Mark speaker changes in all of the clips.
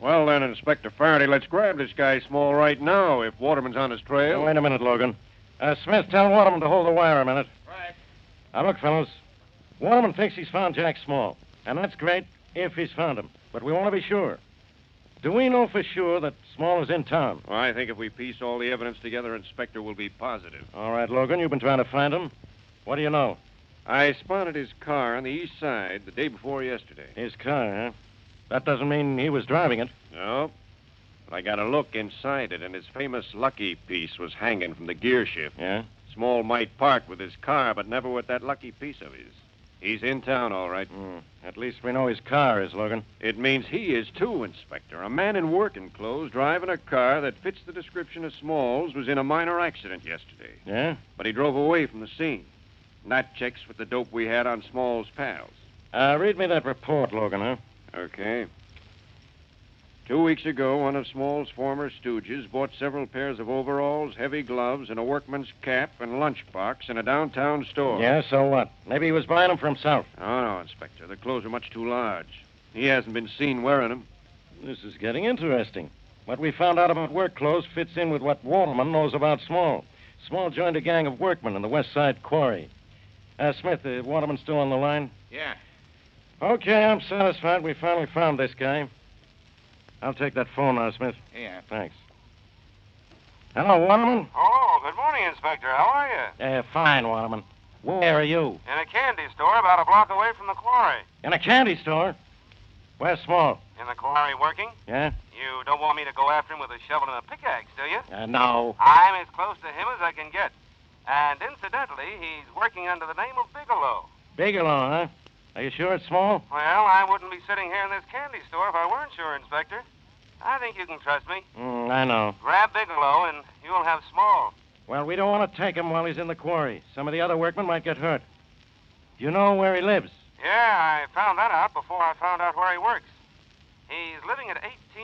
Speaker 1: Well, then, Inspector Faraday, let's grab this guy small right now if Waterman's on his trail.
Speaker 2: Wait a minute, Logan. Uh, Smith, tell Waterman to hold the wire a minute.
Speaker 1: Right.
Speaker 2: Now, look, fellows. Waterman thinks he's found Jack Small, and that's great if he's found him. But we want to be sure. Do we know for sure that Small is in town?
Speaker 1: Well, I think if we piece all the evidence together, Inspector will be positive.
Speaker 2: All right, Logan, you've been trying to find him. What do you know?
Speaker 1: I spotted his car on the east side the day before yesterday.
Speaker 2: His car, huh? That doesn't mean he was driving it.
Speaker 1: No. But I got a look inside it, and his famous lucky piece was hanging from the gear shift.
Speaker 2: Yeah?
Speaker 1: Small might park with his car, but never with that lucky piece of his. He's in town, all right.
Speaker 2: Hmm. At least we know his car is, Logan.
Speaker 1: It means he is too, Inspector. A man in working clothes driving a car that fits the description of Small's was in a minor accident yesterday.
Speaker 2: Yeah?
Speaker 1: But he drove away from the scene. And that checks with the dope we had on Small's pals.
Speaker 2: Uh, read me that report, Logan, huh?
Speaker 1: Okay. Two weeks ago, one of Small's former stooges bought several pairs of overalls, heavy gloves, and a workman's cap and lunchbox in a downtown store.
Speaker 2: Yeah, so what? Maybe he was buying them for himself.
Speaker 1: Oh, no, Inspector. The clothes are much too large. He hasn't been seen wearing them.
Speaker 2: This is getting interesting. What we found out about work clothes fits in with what Waterman knows about Small. Small joined a gang of workmen in the West Side Quarry. Uh, Smith, uh, Waterman's still on the line?
Speaker 1: Yeah.
Speaker 2: Okay, I'm satisfied. We finally found this guy. I'll take that phone now, Smith.
Speaker 1: Yeah.
Speaker 2: Thanks. Hello, Waterman?
Speaker 3: Oh, good morning, Inspector. How are you?
Speaker 2: Uh, fine, Waterman. Where are you?
Speaker 3: In a candy store about a block away from the quarry.
Speaker 2: In a candy store. Where's Small?
Speaker 3: In the quarry working?
Speaker 2: Yeah?
Speaker 3: You don't want me to go after him with a shovel and a pickaxe, do you?
Speaker 2: Uh, no.
Speaker 3: I'm as close to him as I can get. And incidentally, he's working under the name of Bigelow.
Speaker 2: Bigelow, huh? Are you sure it's Small?
Speaker 3: Well, I wouldn't be sitting here in this candy store if I weren't sure, Inspector. I think you can trust me.
Speaker 2: Mm, I know.
Speaker 3: Grab Bigelow, and you'll have Small.
Speaker 2: Well, we don't want to take him while he's in the quarry. Some of the other workmen might get hurt. You know where he lives?
Speaker 3: Yeah, I found that out before I found out where he works. He's living at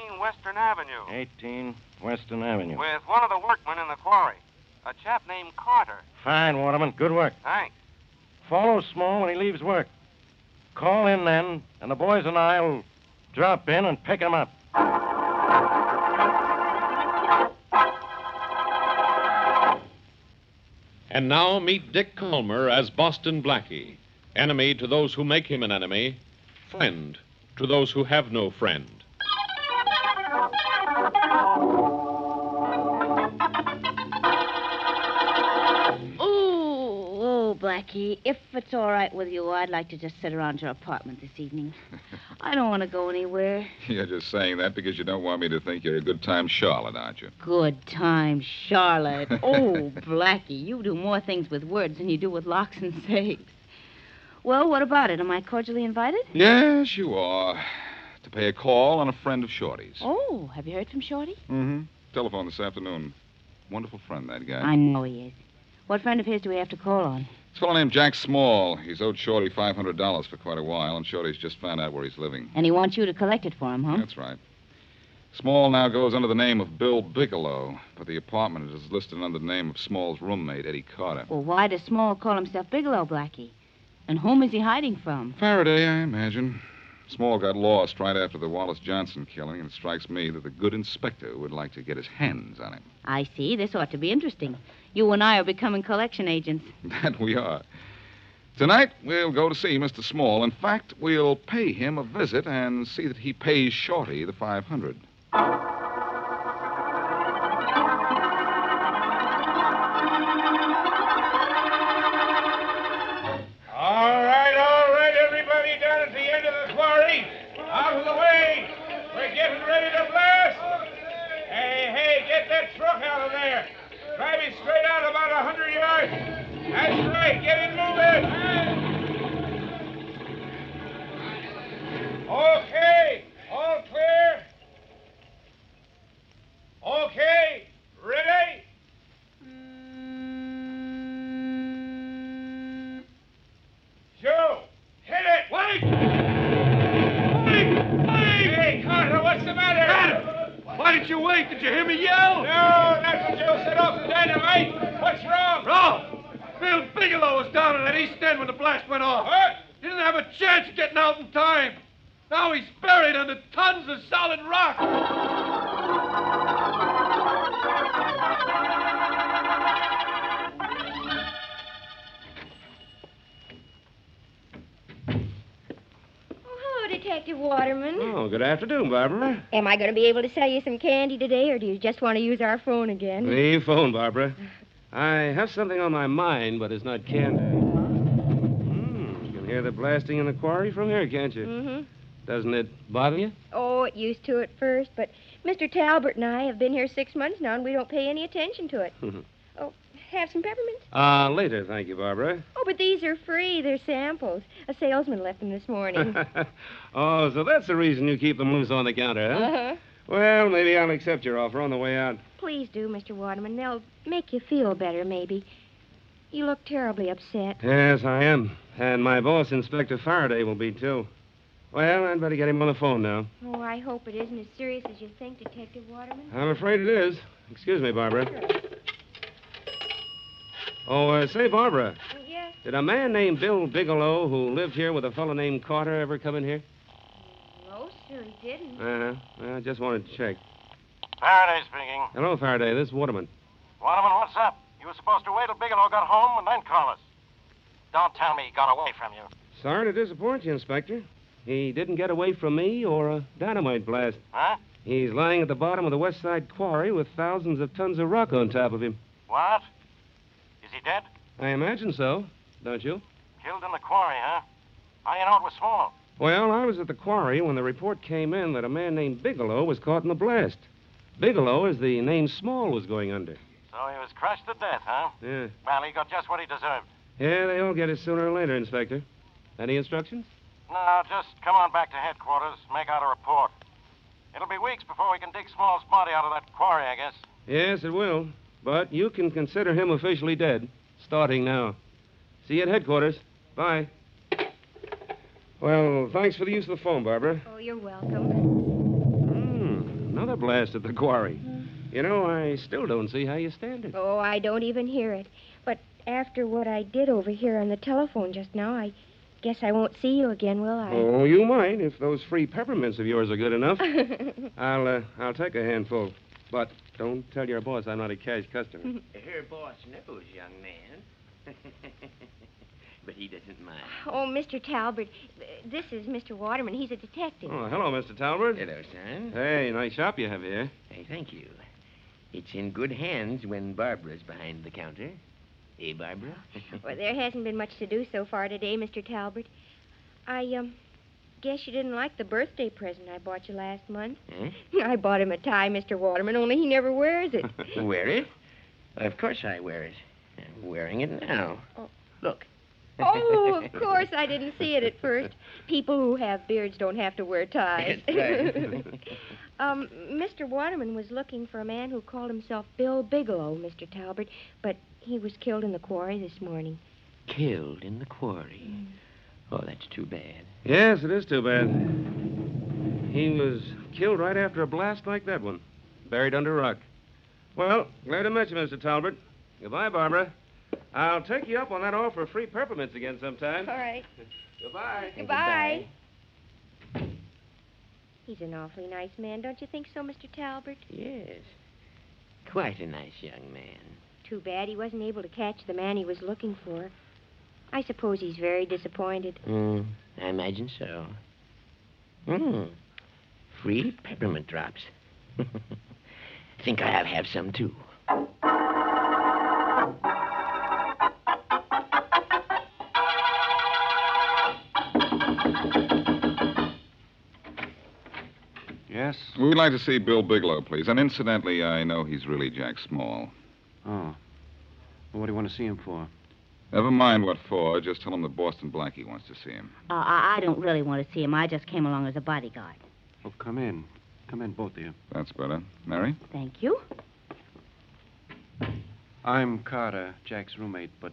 Speaker 3: 18 Western Avenue.
Speaker 2: 18 Western Avenue.
Speaker 3: with one of the workmen in the quarry, a chap named Carter.
Speaker 2: Fine, Waterman. Good work.
Speaker 3: Thanks.
Speaker 2: Follow Small when he leaves work. Call in then, and the boys and I'll drop in and pick him up.
Speaker 4: And now meet Dick Calmer as Boston Blackie, enemy to those who make him an enemy, friend to those who have no friend.
Speaker 5: Oh, oh, Blackie, if it's all right with you, I'd like to just sit around your apartment this evening. I don't want to go anywhere.
Speaker 6: You're just saying that because you don't want me to think you're a good time Charlotte, aren't you?
Speaker 5: Good time, Charlotte. Oh, Blackie, you do more things with words than you do with locks and saves. Well, what about it? Am I cordially invited?
Speaker 6: Yes, you are. To pay a call on a friend of Shorty's.
Speaker 5: Oh, have you heard from Shorty?
Speaker 6: Mm-hmm. Telephone this afternoon. Wonderful friend, that guy.
Speaker 5: I know he is. Oh, What friend of his do we have to call on?
Speaker 6: This fellow named Jack Small. He's owed Shorty $500 for quite a while, and Shorty's just found out where he's living.
Speaker 5: And he wants you to collect it for him, huh?
Speaker 6: That's right. Small now goes under the name of Bill Bigelow, but the apartment is listed under the name of Small's roommate, Eddie Carter.
Speaker 5: Well, why does Small call himself Bigelow, Blackie? And whom is he hiding from?
Speaker 6: Faraday, I imagine. Small got lost right after the Wallace Johnson killing, and it strikes me that the good inspector would like to get his hands on him.
Speaker 5: I see. This ought to be interesting. You and I are becoming collection agents.
Speaker 6: That we are. Tonight, we'll go to see Mr. Small. In fact, we'll pay him a visit and see that he pays Shorty the 500.
Speaker 7: All right, all right, everybody down at the end of the quarry. Out of the way. We're getting ready to blast. Hey, hey, get that truck out of there. Drive it straight out about a 100 yards. That's right. Get it moving. Okay. All clear. Okay. Ready? Joe, hit it! Wait! Wait! Wait! Hey, Carter, what's the matter? Adam! Why did you wait? Did you hear me yell? No, that's what Joe set off the dynamite. What's wrong?
Speaker 8: Wrong! Bill Bigelow was down in that east end when the blast went off.
Speaker 7: What?
Speaker 8: He didn't have a chance of getting out in time. Now he's buried under tons of solid rock.
Speaker 9: Oh, Hello, Detective Waterman.
Speaker 3: Oh, good afternoon, Barbara.
Speaker 9: Am I going to be able to sell you some candy today, or do you just want to use our phone again?
Speaker 3: The phone, Barbara. I have something on my mind, but it's not candy. Hmm, you can hear the blasting in the quarry from here, can't you?
Speaker 9: Mm-hmm.
Speaker 3: Doesn't it bother you?
Speaker 9: Oh, it used to at first, but Mr. Talbert and I have been here six months now, and we don't pay any attention to it. Oh, have some peppermints?
Speaker 3: uh, later, thank you, Barbara.
Speaker 9: Oh, but these are free. They're samples. A salesman left them this morning.
Speaker 3: oh, so that's the reason you keep them loose on the counter, huh?
Speaker 9: Uh-huh.
Speaker 3: Well, maybe I'll accept your offer on the way out.
Speaker 9: Please do, Mr. Waterman. They'll make you feel better, maybe. You look terribly upset.
Speaker 3: Yes, I am. And my boss, Inspector Faraday, will be, too. Well, I'd better get him on the phone now.
Speaker 9: Oh, I hope it isn't as serious as you think, Detective Waterman.
Speaker 3: I'm afraid it is. Excuse me, Barbara. Oh, uh, say, Barbara,
Speaker 9: Yes.
Speaker 3: did a man named Bill Bigelow, who lived here with a fellow named Carter, ever come in here?
Speaker 9: No, sir, he didn't.
Speaker 3: Uh-huh. Well, I just wanted to check.
Speaker 10: Faraday speaking.
Speaker 3: Hello, Faraday. This is Waterman.
Speaker 10: Waterman, what's up? You were supposed to wait till Bigelow got home and then call us. Don't tell me he got away from you.
Speaker 3: Sorry to disappoint you, Inspector. He didn't get away from me or a dynamite blast.
Speaker 10: Huh?
Speaker 3: He's lying at the bottom of the West Side Quarry with thousands of tons of rock on top of him.
Speaker 10: What? Is he dead?
Speaker 3: I imagine so, don't you?
Speaker 10: Killed in the quarry, huh? How do you know it was Small?
Speaker 3: Well, I was at the quarry when the report came in that a man named Bigelow was caught in the blast. Bigelow is the name Small was going under.
Speaker 10: So he was crushed to death, huh?
Speaker 3: Yeah.
Speaker 10: Well, he got just what he deserved.
Speaker 3: Yeah, they all get it sooner or later, Inspector. Any instructions?
Speaker 10: Now, just come on back to headquarters, make out a report. It'll be weeks before we can dig Small's body out of that quarry, I guess.
Speaker 3: Yes, it will. But you can consider him officially dead, starting now. See you at headquarters. Bye. Well, thanks for the use of the phone, Barbara. Hmm,
Speaker 9: Oh, you're welcome.
Speaker 3: Another blast at the quarry. You know, I still don't see how you stand it.
Speaker 9: Oh, I don't even hear it. But after what I did over here on the telephone just now, I guess I won't see you again, will I?
Speaker 3: Oh, you might if those free peppermints of yours are good enough. I'll uh, I'll take a handful. But don't tell your boss I'm not a cash customer.
Speaker 11: Her boss knows, young man. but he doesn't mind.
Speaker 9: Oh, Mr. Talbert, th- this is Mr. Waterman. He's a detective.
Speaker 3: Oh, hello, Mr. Talbert.
Speaker 11: Hello, son.
Speaker 3: Hey, nice shop you have here.
Speaker 11: Hey, thank you. It's in good hands when Barbara's behind the counter. Eh, Barbara?
Speaker 9: Well, there hasn't been much to do so far today, Mr. Talbert. I, um, guess you didn't like the birthday present I bought you last month.
Speaker 11: Huh?
Speaker 9: I bought him a tie, Mr. Waterman, only he never wears it.
Speaker 11: Eh? wear it? Of course I wear it. I'm wearing it now.
Speaker 9: Oh.
Speaker 11: Look.
Speaker 9: oh, of course, I didn't see it at first. People who have beards don't have to wear ties.
Speaker 11: That's right.
Speaker 9: um, Mr. Waterman was looking for a man who called himself Bill Bigelow, Mr. Talbert, but he was killed in the quarry this morning.
Speaker 11: Killed in the quarry. Oh, that's too bad.
Speaker 3: Yes, it is too bad. He was killed right after a blast like that one, buried under a rock. Well, glad to meet you, Mr. Talbert. Goodbye, Barbara. I'll take you up on that offer of free peppermints again sometime.
Speaker 9: All right.
Speaker 3: Goodbye.
Speaker 9: Goodbye. He's an awfully nice man, don't you think so, Mr. Talbert?
Speaker 11: Yes. Quite a nice young man.
Speaker 9: Too bad he wasn't able to catch the man he was looking for. I suppose he's very disappointed.
Speaker 11: Mm, I imagine so. Mm. Free peppermint drops. Think I'll have some too.
Speaker 6: Yes? We would like to see Bill Bigelow, please. And incidentally, I know he's really Jack Small.
Speaker 1: Oh. Well, what do you want to see him for?
Speaker 6: Never mind what for. Just tell him that Boston Blackie wants to see him.
Speaker 5: Uh, I, I don't really want to see him. I just came along as a bodyguard.
Speaker 1: Oh, come in. Come in, both of you.
Speaker 6: That's better. Mary?
Speaker 5: Thank you.
Speaker 1: I'm Carter, Jack's roommate, but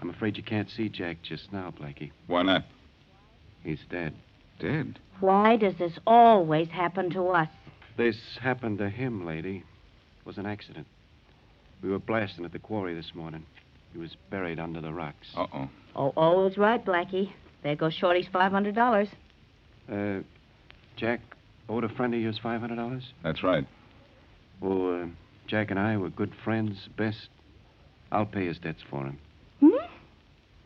Speaker 1: I'm afraid you can't see Jack just now, Blackie.
Speaker 6: Why not?
Speaker 1: He's dead.
Speaker 6: Dead?
Speaker 5: Why does this always happen to us?
Speaker 1: This happened to him, lady. It was an accident. We were blasting at the quarry this morning. He was buried under the rocks.
Speaker 6: Uh-oh.
Speaker 5: Oh, always right, Blackie. There goes Shorty's $500.
Speaker 1: Uh, Jack owed a friend of yours $500?
Speaker 6: That's right.
Speaker 1: Well, uh, Jack and I were good friends, best. I'll pay his debts for him.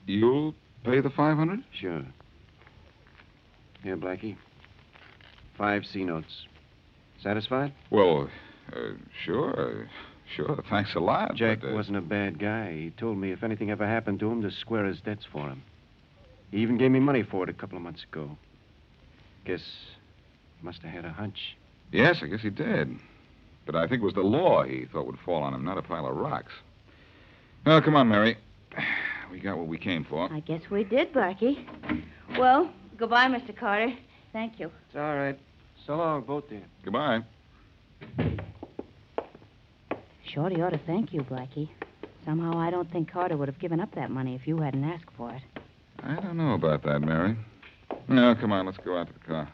Speaker 6: You'll pay the 500
Speaker 1: Sure. Here, Blackie. Five C notes. Satisfied?
Speaker 6: Well, uh, sure. Sure. Thanks a lot.
Speaker 1: Jack
Speaker 6: but, uh,
Speaker 1: wasn't a bad guy. He told me if anything ever happened to him, to square his debts for him. He even gave me money for it a couple of months ago. Guess he must have had a hunch.
Speaker 6: Yes, I guess he did. But I think it was the law he thought would fall on him, not a pile of rocks. Oh, come on, Mary. We got what we came for.
Speaker 5: I guess we did, Blackie. Well, goodbye, Mr. Carter. Thank you.
Speaker 1: It's all right. So long, both of you.
Speaker 6: Goodbye.
Speaker 5: Shorty ought to thank you, Blackie. Somehow I don't think Carter would have given up that money if you hadn't asked for it.
Speaker 6: I don't know about that, Mary. No, come on, let's go out to the car.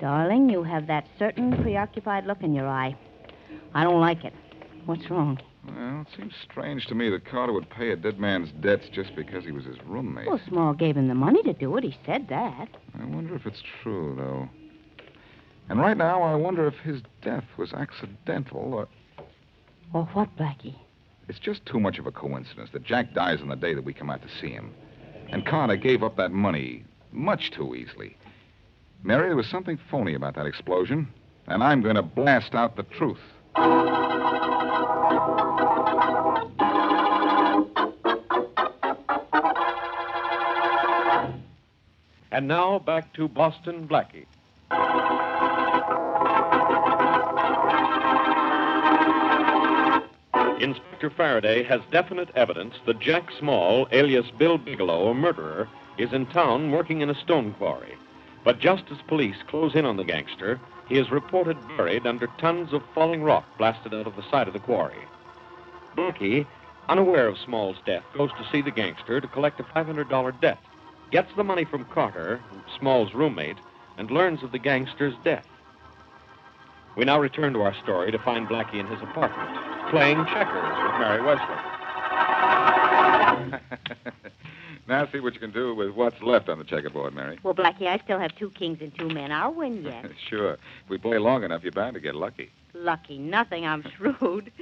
Speaker 5: Darling, you have that certain preoccupied look in your eye. I don't like it. What's wrong?
Speaker 6: Well, it seems strange to me that Carter would pay a dead man's debts just because he was his roommate.
Speaker 5: Well, Small gave him the money to do it. He said that.
Speaker 6: I wonder if it's true, though. And right now, I wonder if his death was accidental or.
Speaker 5: Or what, Blackie?
Speaker 6: It's just too much of a coincidence that Jack dies on the day that we come out to see him. And Carter gave up that money much too easily. Mary, there was something phony about that explosion, and I'm going to blast out the truth.
Speaker 4: And now back to Boston Blackie. Inspector Faraday has definite evidence that Jack Small, alias Bill Bigelow, a murderer, is in town working in a stone quarry. But just as police close in on the gangster, he is reported buried under tons of falling rock blasted out of the side of the quarry. Blackie, unaware of Small's death, goes to see the gangster to collect a $500 debt gets the money from Carter, Small's roommate, and learns of the gangster's death. We now return to our story to find Blackie in his apartment, playing checkers with Mary Wesley.
Speaker 6: now see what you can do with what's left on the checkerboard, Mary.
Speaker 12: Well, Blackie, I still have two kings and two men. I'll win yet.
Speaker 6: Sure. If we play long enough, you're bound to get lucky.
Speaker 12: Lucky nothing, I'm shrewd.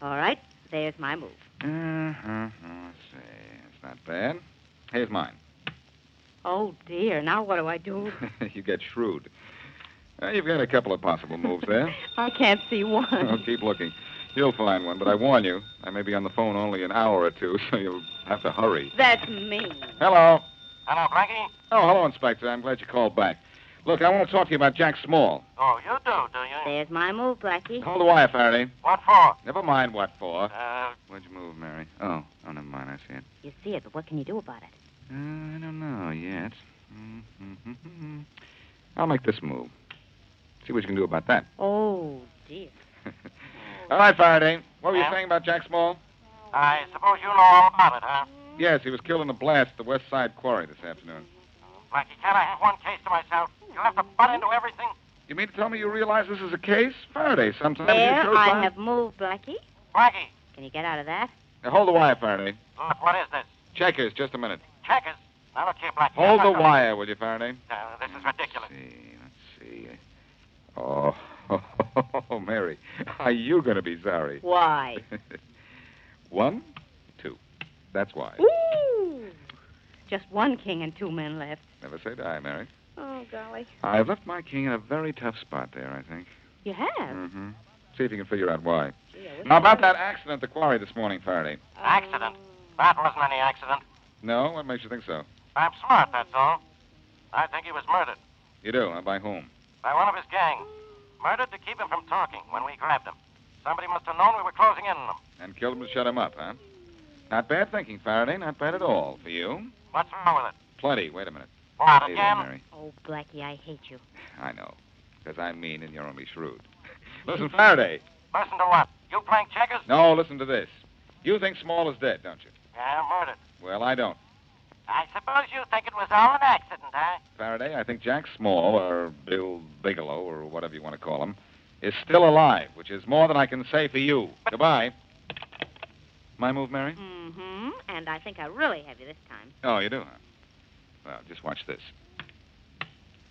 Speaker 12: All right, there's my move.
Speaker 6: Uh-huh. Let's see. It's not bad. Here's mine.
Speaker 12: Oh, dear, now what do I do?
Speaker 6: you get shrewd. Uh, you've got a couple of possible moves there.
Speaker 12: I can't see one.
Speaker 6: oh, keep looking. You'll find one, but I warn you, I may be on the phone only an hour or two, so you'll have to hurry.
Speaker 12: That's me.
Speaker 6: Hello.
Speaker 10: Hello, Blackie?
Speaker 6: Oh, hello, Inspector. I'm glad you called back. Look, I want to talk to you about Jack Small.
Speaker 10: Oh, you do, do you?
Speaker 12: There's my move, Blackie.
Speaker 6: Hold the wire, Faraday.
Speaker 10: What for?
Speaker 6: Never mind what for.
Speaker 10: Uh,
Speaker 6: Where'd you move, Mary? Oh, oh, never mind. I see it.
Speaker 12: You see it, but what can you do about it?
Speaker 6: Uh, I don't know yet. Mm-hmm. I'll make this move. See what you can do about that.
Speaker 12: Oh, dear.
Speaker 6: All right, Faraday. What were you
Speaker 10: Yeah?
Speaker 6: saying about Jack Small?
Speaker 10: I suppose you know all about it, huh?
Speaker 6: Yes, he was killed in a blast at the West Side Quarry this afternoon.
Speaker 10: Blackie, can't I have one case to myself? You'll have to butt into everything.
Speaker 6: You mean to tell me you realize this is a case? Faraday, sometimes you
Speaker 12: There,
Speaker 6: sure
Speaker 12: I
Speaker 6: find-
Speaker 12: have moved, Blackie.
Speaker 10: Blackie.
Speaker 12: Can you get out of that?
Speaker 6: Now, hold the wire, Faraday.
Speaker 10: Look, what is this?
Speaker 6: Checkers, just a minute.
Speaker 10: Checkers? I don't care, Blackie.
Speaker 6: Hold
Speaker 10: I'm
Speaker 6: the
Speaker 10: not
Speaker 6: wire, will you, Faraday?
Speaker 10: gonna- No, Uh, this is ridiculous.
Speaker 6: See. Oh, Mary, are you going to be sorry?
Speaker 12: Why?
Speaker 6: One, two. That's why.
Speaker 12: Ooh! Just one king and two men left.
Speaker 6: Never say die, Mary.
Speaker 12: Oh, golly.
Speaker 6: I've left my king in a very tough spot there, I think.
Speaker 12: You have?
Speaker 6: Mm-hmm. See if you can figure out why.
Speaker 12: Gee, I wish
Speaker 6: Now,
Speaker 12: I
Speaker 6: about
Speaker 12: knew.
Speaker 6: that accident at the quarry this morning, Faraday.
Speaker 10: Accident. That wasn't any accident.
Speaker 6: No? What makes you think so?
Speaker 10: I'm smart, that's all. I think he was murdered
Speaker 6: You do? Now, by whom?
Speaker 10: by one of his gang. Murdered to keep him from talking when we grabbed him. Somebody must have known we were closing in on him.
Speaker 6: And killed him to shut him up, huh? Not bad thinking, Faraday. Not bad at all. For you?
Speaker 10: What's wrong with it?
Speaker 6: Plenty. Wait a minute.
Speaker 10: What,
Speaker 6: Hey there,
Speaker 10: again?
Speaker 6: Mary.
Speaker 12: Oh, Blackie, I hate you.
Speaker 6: I know. Because I'm mean and you're only shrewd. listen, Faraday.
Speaker 10: Listen to what? You playing checkers?
Speaker 6: No, listen to this. You think Small is dead, don't you?
Speaker 10: Yeah, murdered.
Speaker 6: Well, I don't.
Speaker 10: I suppose you think it was all an accident, huh?
Speaker 6: Faraday, I think Jack Small, or Bill Bigelow, or whatever you want to call him, is still alive, which is more than I can say for you. Goodbye. My move, Mary?
Speaker 12: Mm-hmm. And I think I really have you this time.
Speaker 6: Oh, you do, huh? Well, just watch this.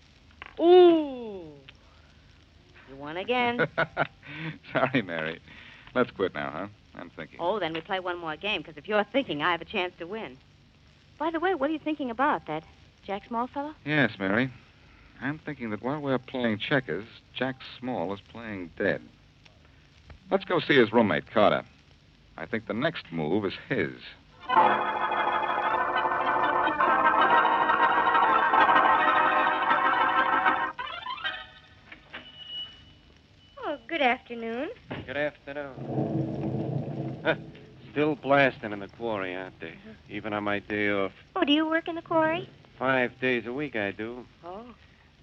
Speaker 12: Ooh! You won again.
Speaker 6: Sorry, Mary. Let's quit now, huh? I'm thinking.
Speaker 12: oh, then we play one more game, because if you're thinking, I have a chance to win. By the way, what are you thinking about, that Jack Small fellow?
Speaker 6: Yes, Mary. I'm thinking that while we're playing checkers, Jack Small is playing dead. Let's go see his roommate, Carter. I think the next move is his.
Speaker 9: Oh, good afternoon.
Speaker 1: Good afternoon. Still blasting in the quarry, aren't they? Even on my day off.
Speaker 9: Oh, do you work in the quarry?
Speaker 1: Five days a week, I do.
Speaker 9: Oh,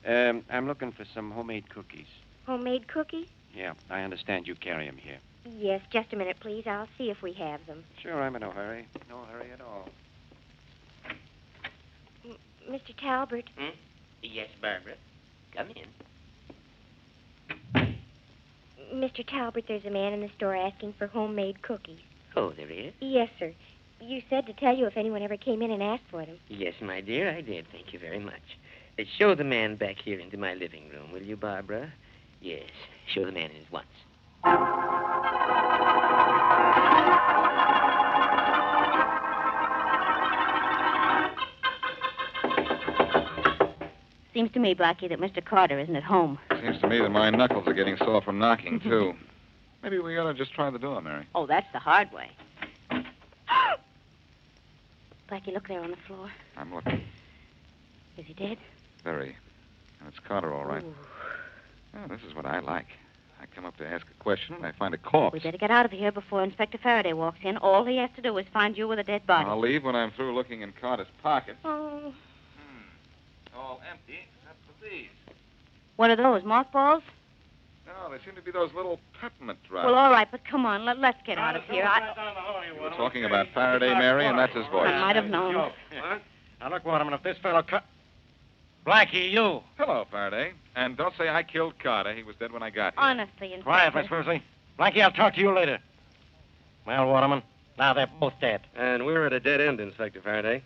Speaker 1: Um, I'm looking for some homemade cookies.
Speaker 9: homemade cookies?
Speaker 1: Yeah, I understand you carry 'em here.
Speaker 9: Yes, just a minute, please. I'll see if we have them.
Speaker 1: Sure, I'm in no hurry. No hurry at all.
Speaker 9: Mr. Talbert,
Speaker 11: Yes, Barbara. Come in.
Speaker 9: Mr. Talbert, there's a man in the store asking for homemade cookies.
Speaker 11: Oh, there is.
Speaker 9: Yes, sir. You said to tell you if anyone ever came in and asked for them.
Speaker 11: Yes, my dear, I did. Thank you very much. Uh, show the man back here into my living room, will you, Barbara? Yes, show the man in at once.
Speaker 12: Seems to me, Blackie, that Mr. Carter isn't at home.
Speaker 6: Seems to me that my knuckles are getting sore from knocking, too. Maybe we ought to just try the door, Mary.
Speaker 12: Oh, that's the hard way.
Speaker 9: Blackie, look there on the floor.
Speaker 6: I'm looking.
Speaker 9: Is he dead?
Speaker 6: Very. And it's Carter, all right. Oh, this is what I like. I come up to ask a question, and I find a corpse.
Speaker 12: We better get out of here before Inspector Faraday walks in. All he has to do is find you with a dead body.
Speaker 6: I'll leave when I'm through looking in Carter's pocket.
Speaker 12: Oh.
Speaker 6: Hmm. All empty except for these.
Speaker 12: What are those, mothballs?
Speaker 6: No, they seem to be those little peppermint drops.
Speaker 12: Well, all right, but come on, let, let's get out of here. I,
Speaker 6: We're talking about Faraday, Mary, and that's his voice.
Speaker 12: I might have known.
Speaker 2: What? Now, look, Waterman, if this fellow cut. Blackie, you.
Speaker 6: Hello, Faraday. And don't say I killed Carter. He was dead when I got here.
Speaker 12: Honestly, Inspector.
Speaker 2: Quiet, Miss Worsley. Blackie, I'll talk to you later. Well, Waterman,
Speaker 3: Now they're both dead. And we're at a dead end, Inspector Faraday.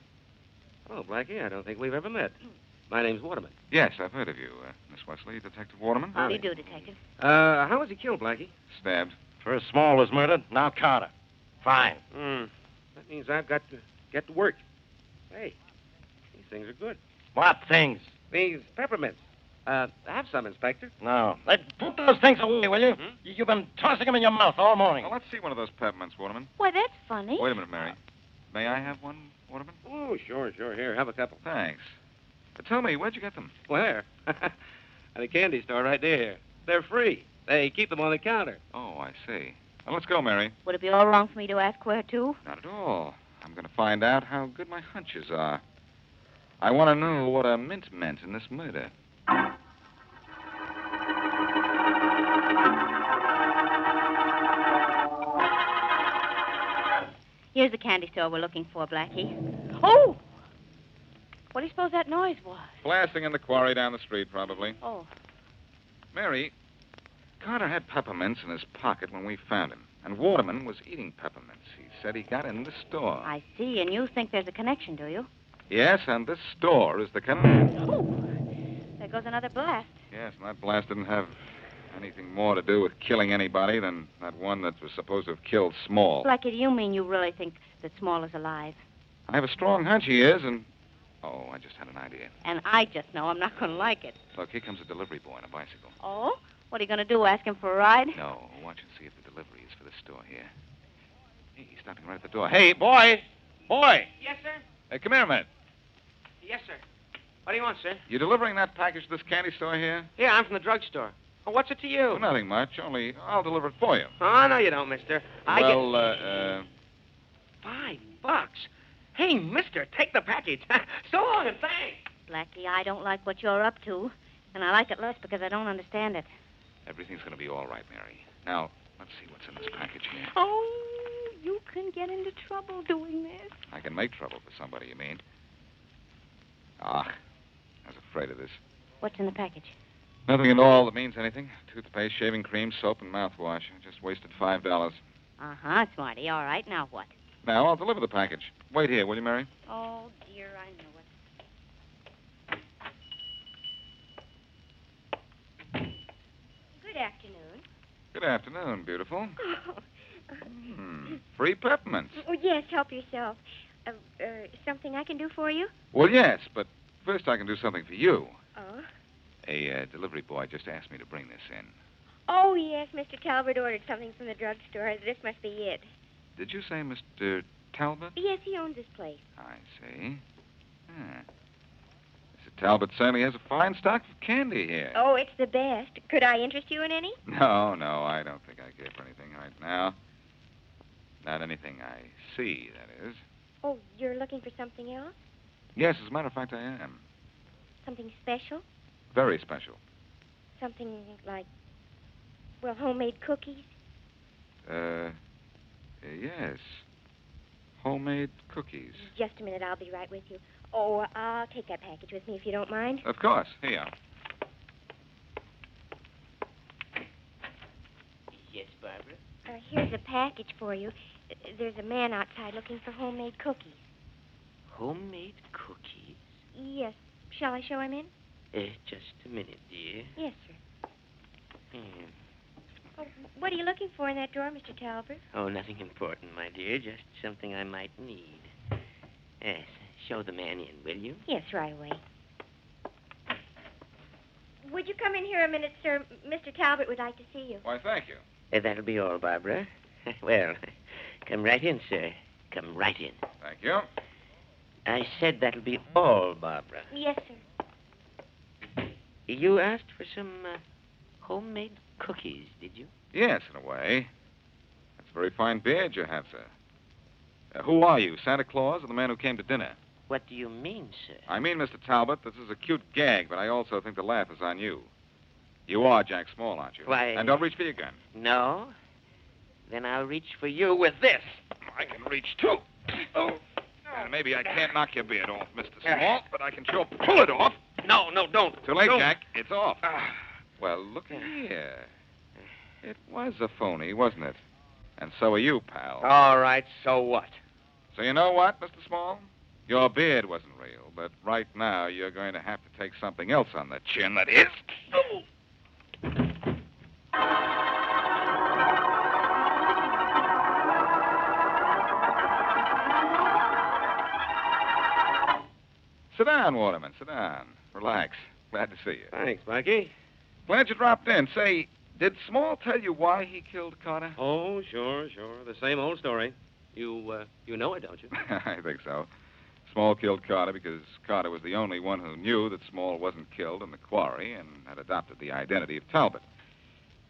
Speaker 3: Oh, Blackie, I don't think we've ever met. My name's Waterman.
Speaker 6: Yes, I've heard of you, uh, Miss Wesley, Detective Waterman.
Speaker 12: How do you do, Detective?
Speaker 3: Uh, how was he killed, Blackie?
Speaker 6: Stabbed.
Speaker 2: First Small was murdered, now Carter. Fine.
Speaker 3: Hmm. That means I've got to get to work. Hey, these things are good.
Speaker 2: What things?
Speaker 3: These peppermints. Uh, have some, Inspector.
Speaker 2: No. Let, put those things away, will you? you? You've been tossing them in your mouth all morning.
Speaker 6: Well, Hmm? let's see one of those peppermints, Waterman.
Speaker 12: Why, that's funny.
Speaker 6: Wait a minute, Mary. May I have one, Waterman?
Speaker 3: Oh, sure, sure. Here, have a couple.
Speaker 6: Thanks. But tell me, where'd you get them?
Speaker 3: Where? At a candy store right near here. They're free. They keep them on the counter.
Speaker 6: Oh, I see. Now, let's go, Mary.
Speaker 12: Would it be all wrong for me to ask where to?
Speaker 6: Not at all. Oh, I'm going to find out how good my hunches are. I want to know what a mint meant in this murder.
Speaker 12: Here's the candy store we're looking for, Blackie. Oh! What do you suppose that noise was?
Speaker 6: Blasting in the quarry down the street, probably.
Speaker 12: Oh,
Speaker 6: Mary, Carter had peppermints in his pocket when we found him, and Waterman was eating peppermints. He said he got in the store.
Speaker 12: I see. And you think there's a connection, do you?
Speaker 6: Yes, and this store is the connection.
Speaker 12: There goes another blast.
Speaker 6: Yes, and that blast didn't have anything more to do with killing anybody than that one that was supposed to have killed Small.
Speaker 12: Blackie, do you mean you really think that Small is alive?
Speaker 6: I have a strong hunch he is, and. Oh, I just had an idea.
Speaker 12: And I just know I'm not going to like it.
Speaker 6: Look, here comes a delivery boy on a bicycle.
Speaker 12: Oh? What are you going to do? Ask him for a ride?
Speaker 6: No, watch and see if the delivery is for this store here. Hey, he's stopping right at the door. Hey, boy! Boy!
Speaker 13: Yes, sir.
Speaker 6: Hey, come here a minute.
Speaker 13: Yes, sir. What do you want, sir?
Speaker 6: You delivering that package to this candy store here?
Speaker 13: Yeah, I'm from the drugstore. Oh, what's it to you?
Speaker 6: Oh, nothing much, only I'll deliver it for you.
Speaker 13: Oh, no, you don't, mister. I
Speaker 6: well,
Speaker 13: get
Speaker 6: uh, uh,
Speaker 13: five bucks. Hey, mister, take the package. so long and thanks.
Speaker 12: Blackie, I don't like what you're up to, and I like it less because I don't understand it.
Speaker 6: everything's going to be all right, Mary. Now, let's see what's in this package here.
Speaker 12: Oh, you can get into trouble doing this.
Speaker 6: I can make trouble for somebody, you mean? Ah, I was afraid of this.
Speaker 12: What's in the package?
Speaker 6: Nothing at all that means anything. Toothpaste, shaving cream, soap, and mouthwash. I just wasted five dollars.
Speaker 12: Uh huh, Smarty. All right, now what?
Speaker 6: Now I'll deliver the package. Wait here, will you, Mary?
Speaker 12: Oh, dear, I know it.
Speaker 9: Good afternoon.
Speaker 6: Good afternoon, beautiful. Hmm, free peppermints.
Speaker 9: Oh, yes, help yourself. Uh, uh, something I can do for you?
Speaker 6: Well, yes, but first I can do something for you.
Speaker 9: Oh.
Speaker 6: A uh, delivery boy just asked me to bring this in.
Speaker 9: Oh, yes, Mr. Talbot ordered something from the drugstore. This must be it.
Speaker 6: Did you say Mr. Talbot?
Speaker 9: Yes, he owns this place.
Speaker 6: I see. Hmm. Mr. Talbot certainly has a fine stock of candy here.
Speaker 9: Oh, it's the best. Could I interest you in any?
Speaker 6: No, no, I don't think I care for anything right now. Not anything I see, that is.
Speaker 9: Oh, you're looking for something else?
Speaker 6: Yes, as a matter of fact, I am.
Speaker 9: Something special?
Speaker 6: Very special.
Speaker 9: Something like, well, homemade cookies?
Speaker 6: Uh, yes. Homemade cookies.
Speaker 9: Just a minute, I'll be right with you. Oh, I'll take that package with me if you don't mind.
Speaker 6: Of course. Here you are.
Speaker 11: Yes, Barbara.
Speaker 9: Uh, here's a package for you. Uh, There's a man outside looking for homemade cookies.
Speaker 11: Homemade cookies.
Speaker 9: Yes. Shall I show him in?
Speaker 11: Uh, just a minute, dear.
Speaker 9: Yes, sir.
Speaker 11: Hmm.
Speaker 9: Oh, what are you looking for in that drawer, Mr. Talbert?
Speaker 11: Oh, nothing important, my dear. Just something I might need. Yes. Show the man in, will you?
Speaker 9: Yes, right away. Would you come in here a minute, sir? Mr. Talbot would like to see you.
Speaker 6: Why, thank you.
Speaker 11: Uh, that'll be all, Barbara. well, come right in, sir. Come right in.
Speaker 6: Thank you.
Speaker 11: I said that'll be all, Barbara.
Speaker 9: Yes, sir.
Speaker 11: You asked for some uh, homemade cookies, did you?
Speaker 6: Yes, in a way. That's a very fine beard you have, sir. Uh, who are you, Santa Claus or the man who came to dinner?
Speaker 11: What do you mean, sir?
Speaker 6: I mean, Mr. Talbot, this is a cute gag, but I also think the laugh is on you. You are Jack Small, aren't you?
Speaker 11: Why-
Speaker 6: And don't reach for your gun.
Speaker 11: No? Then I'll reach for you with this.
Speaker 6: I can reach too. Oh. And maybe I can't knock your beard off, Mr. Small, but I can sure pull it off.
Speaker 11: No, no, don't.
Speaker 6: Too late,
Speaker 11: Don't.
Speaker 6: Jack. It's off. Well, look here. It was a phony, wasn't it? And so are you, pal.
Speaker 4: All right, so what?
Speaker 6: So you know what, Mr. Small? Your beard wasn't real, but right now you're going to have to take something else on the chin that is. Oh, Sit down, Waterman. Sit down. Relax. Glad to see you.
Speaker 3: Thanks, Blackie.
Speaker 6: Glad you dropped in. Say, did Small tell you why he killed Carter?
Speaker 3: Oh, sure, sure. The same old story. You, uh, you know it, don't you?
Speaker 6: I think so. Small killed Carter because Carter was the only one who knew that Small wasn't killed in the quarry and had adopted the identity of Talbot.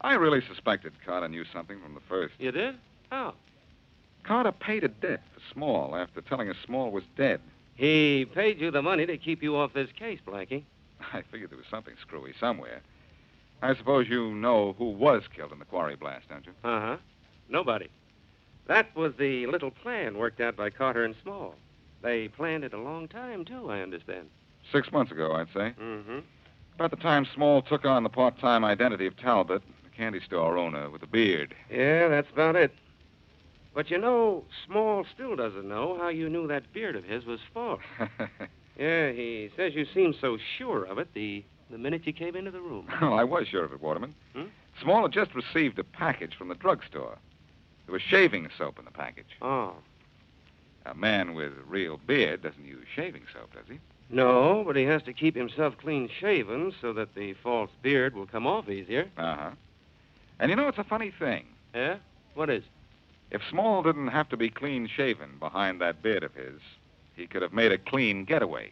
Speaker 6: I really suspected Carter knew something from the first.
Speaker 3: You did? How?
Speaker 6: Carter paid a debt for Small after telling us Small was dead.
Speaker 3: He paid you the money to keep you off this case, Blackie.
Speaker 6: I figured there was something screwy somewhere. I suppose you know who was killed in the quarry blast, don't you?
Speaker 3: Uh huh. Nobody. That was the little plan worked out by Carter and Small. They planned it a long time, too, I understand.
Speaker 6: Six months ago, I'd say.
Speaker 3: Mm-hmm.
Speaker 6: About the time Small took on the part time identity of Talbot, the candy store owner with the beard.
Speaker 3: Yeah, that's about it. But you know, Small still doesn't know how you knew that beard of his was false. yeah, he says you seemed so sure of it the, the minute you came into the room.
Speaker 6: Well, Oh, I was sure of it, Waterman.
Speaker 3: Hmm?
Speaker 6: Small had just received a package from the drugstore. There was shaving soap in the package.
Speaker 3: Oh.
Speaker 6: A man with a real beard doesn't use shaving soap, does he?
Speaker 3: No, but he has to keep himself clean shaven so that the false beard will come off easier.
Speaker 6: Uh huh. And you know, it's a funny thing.
Speaker 3: Yeah? What is?
Speaker 6: If Small didn't have to be clean shaven behind that beard of his, he could have made a clean getaway.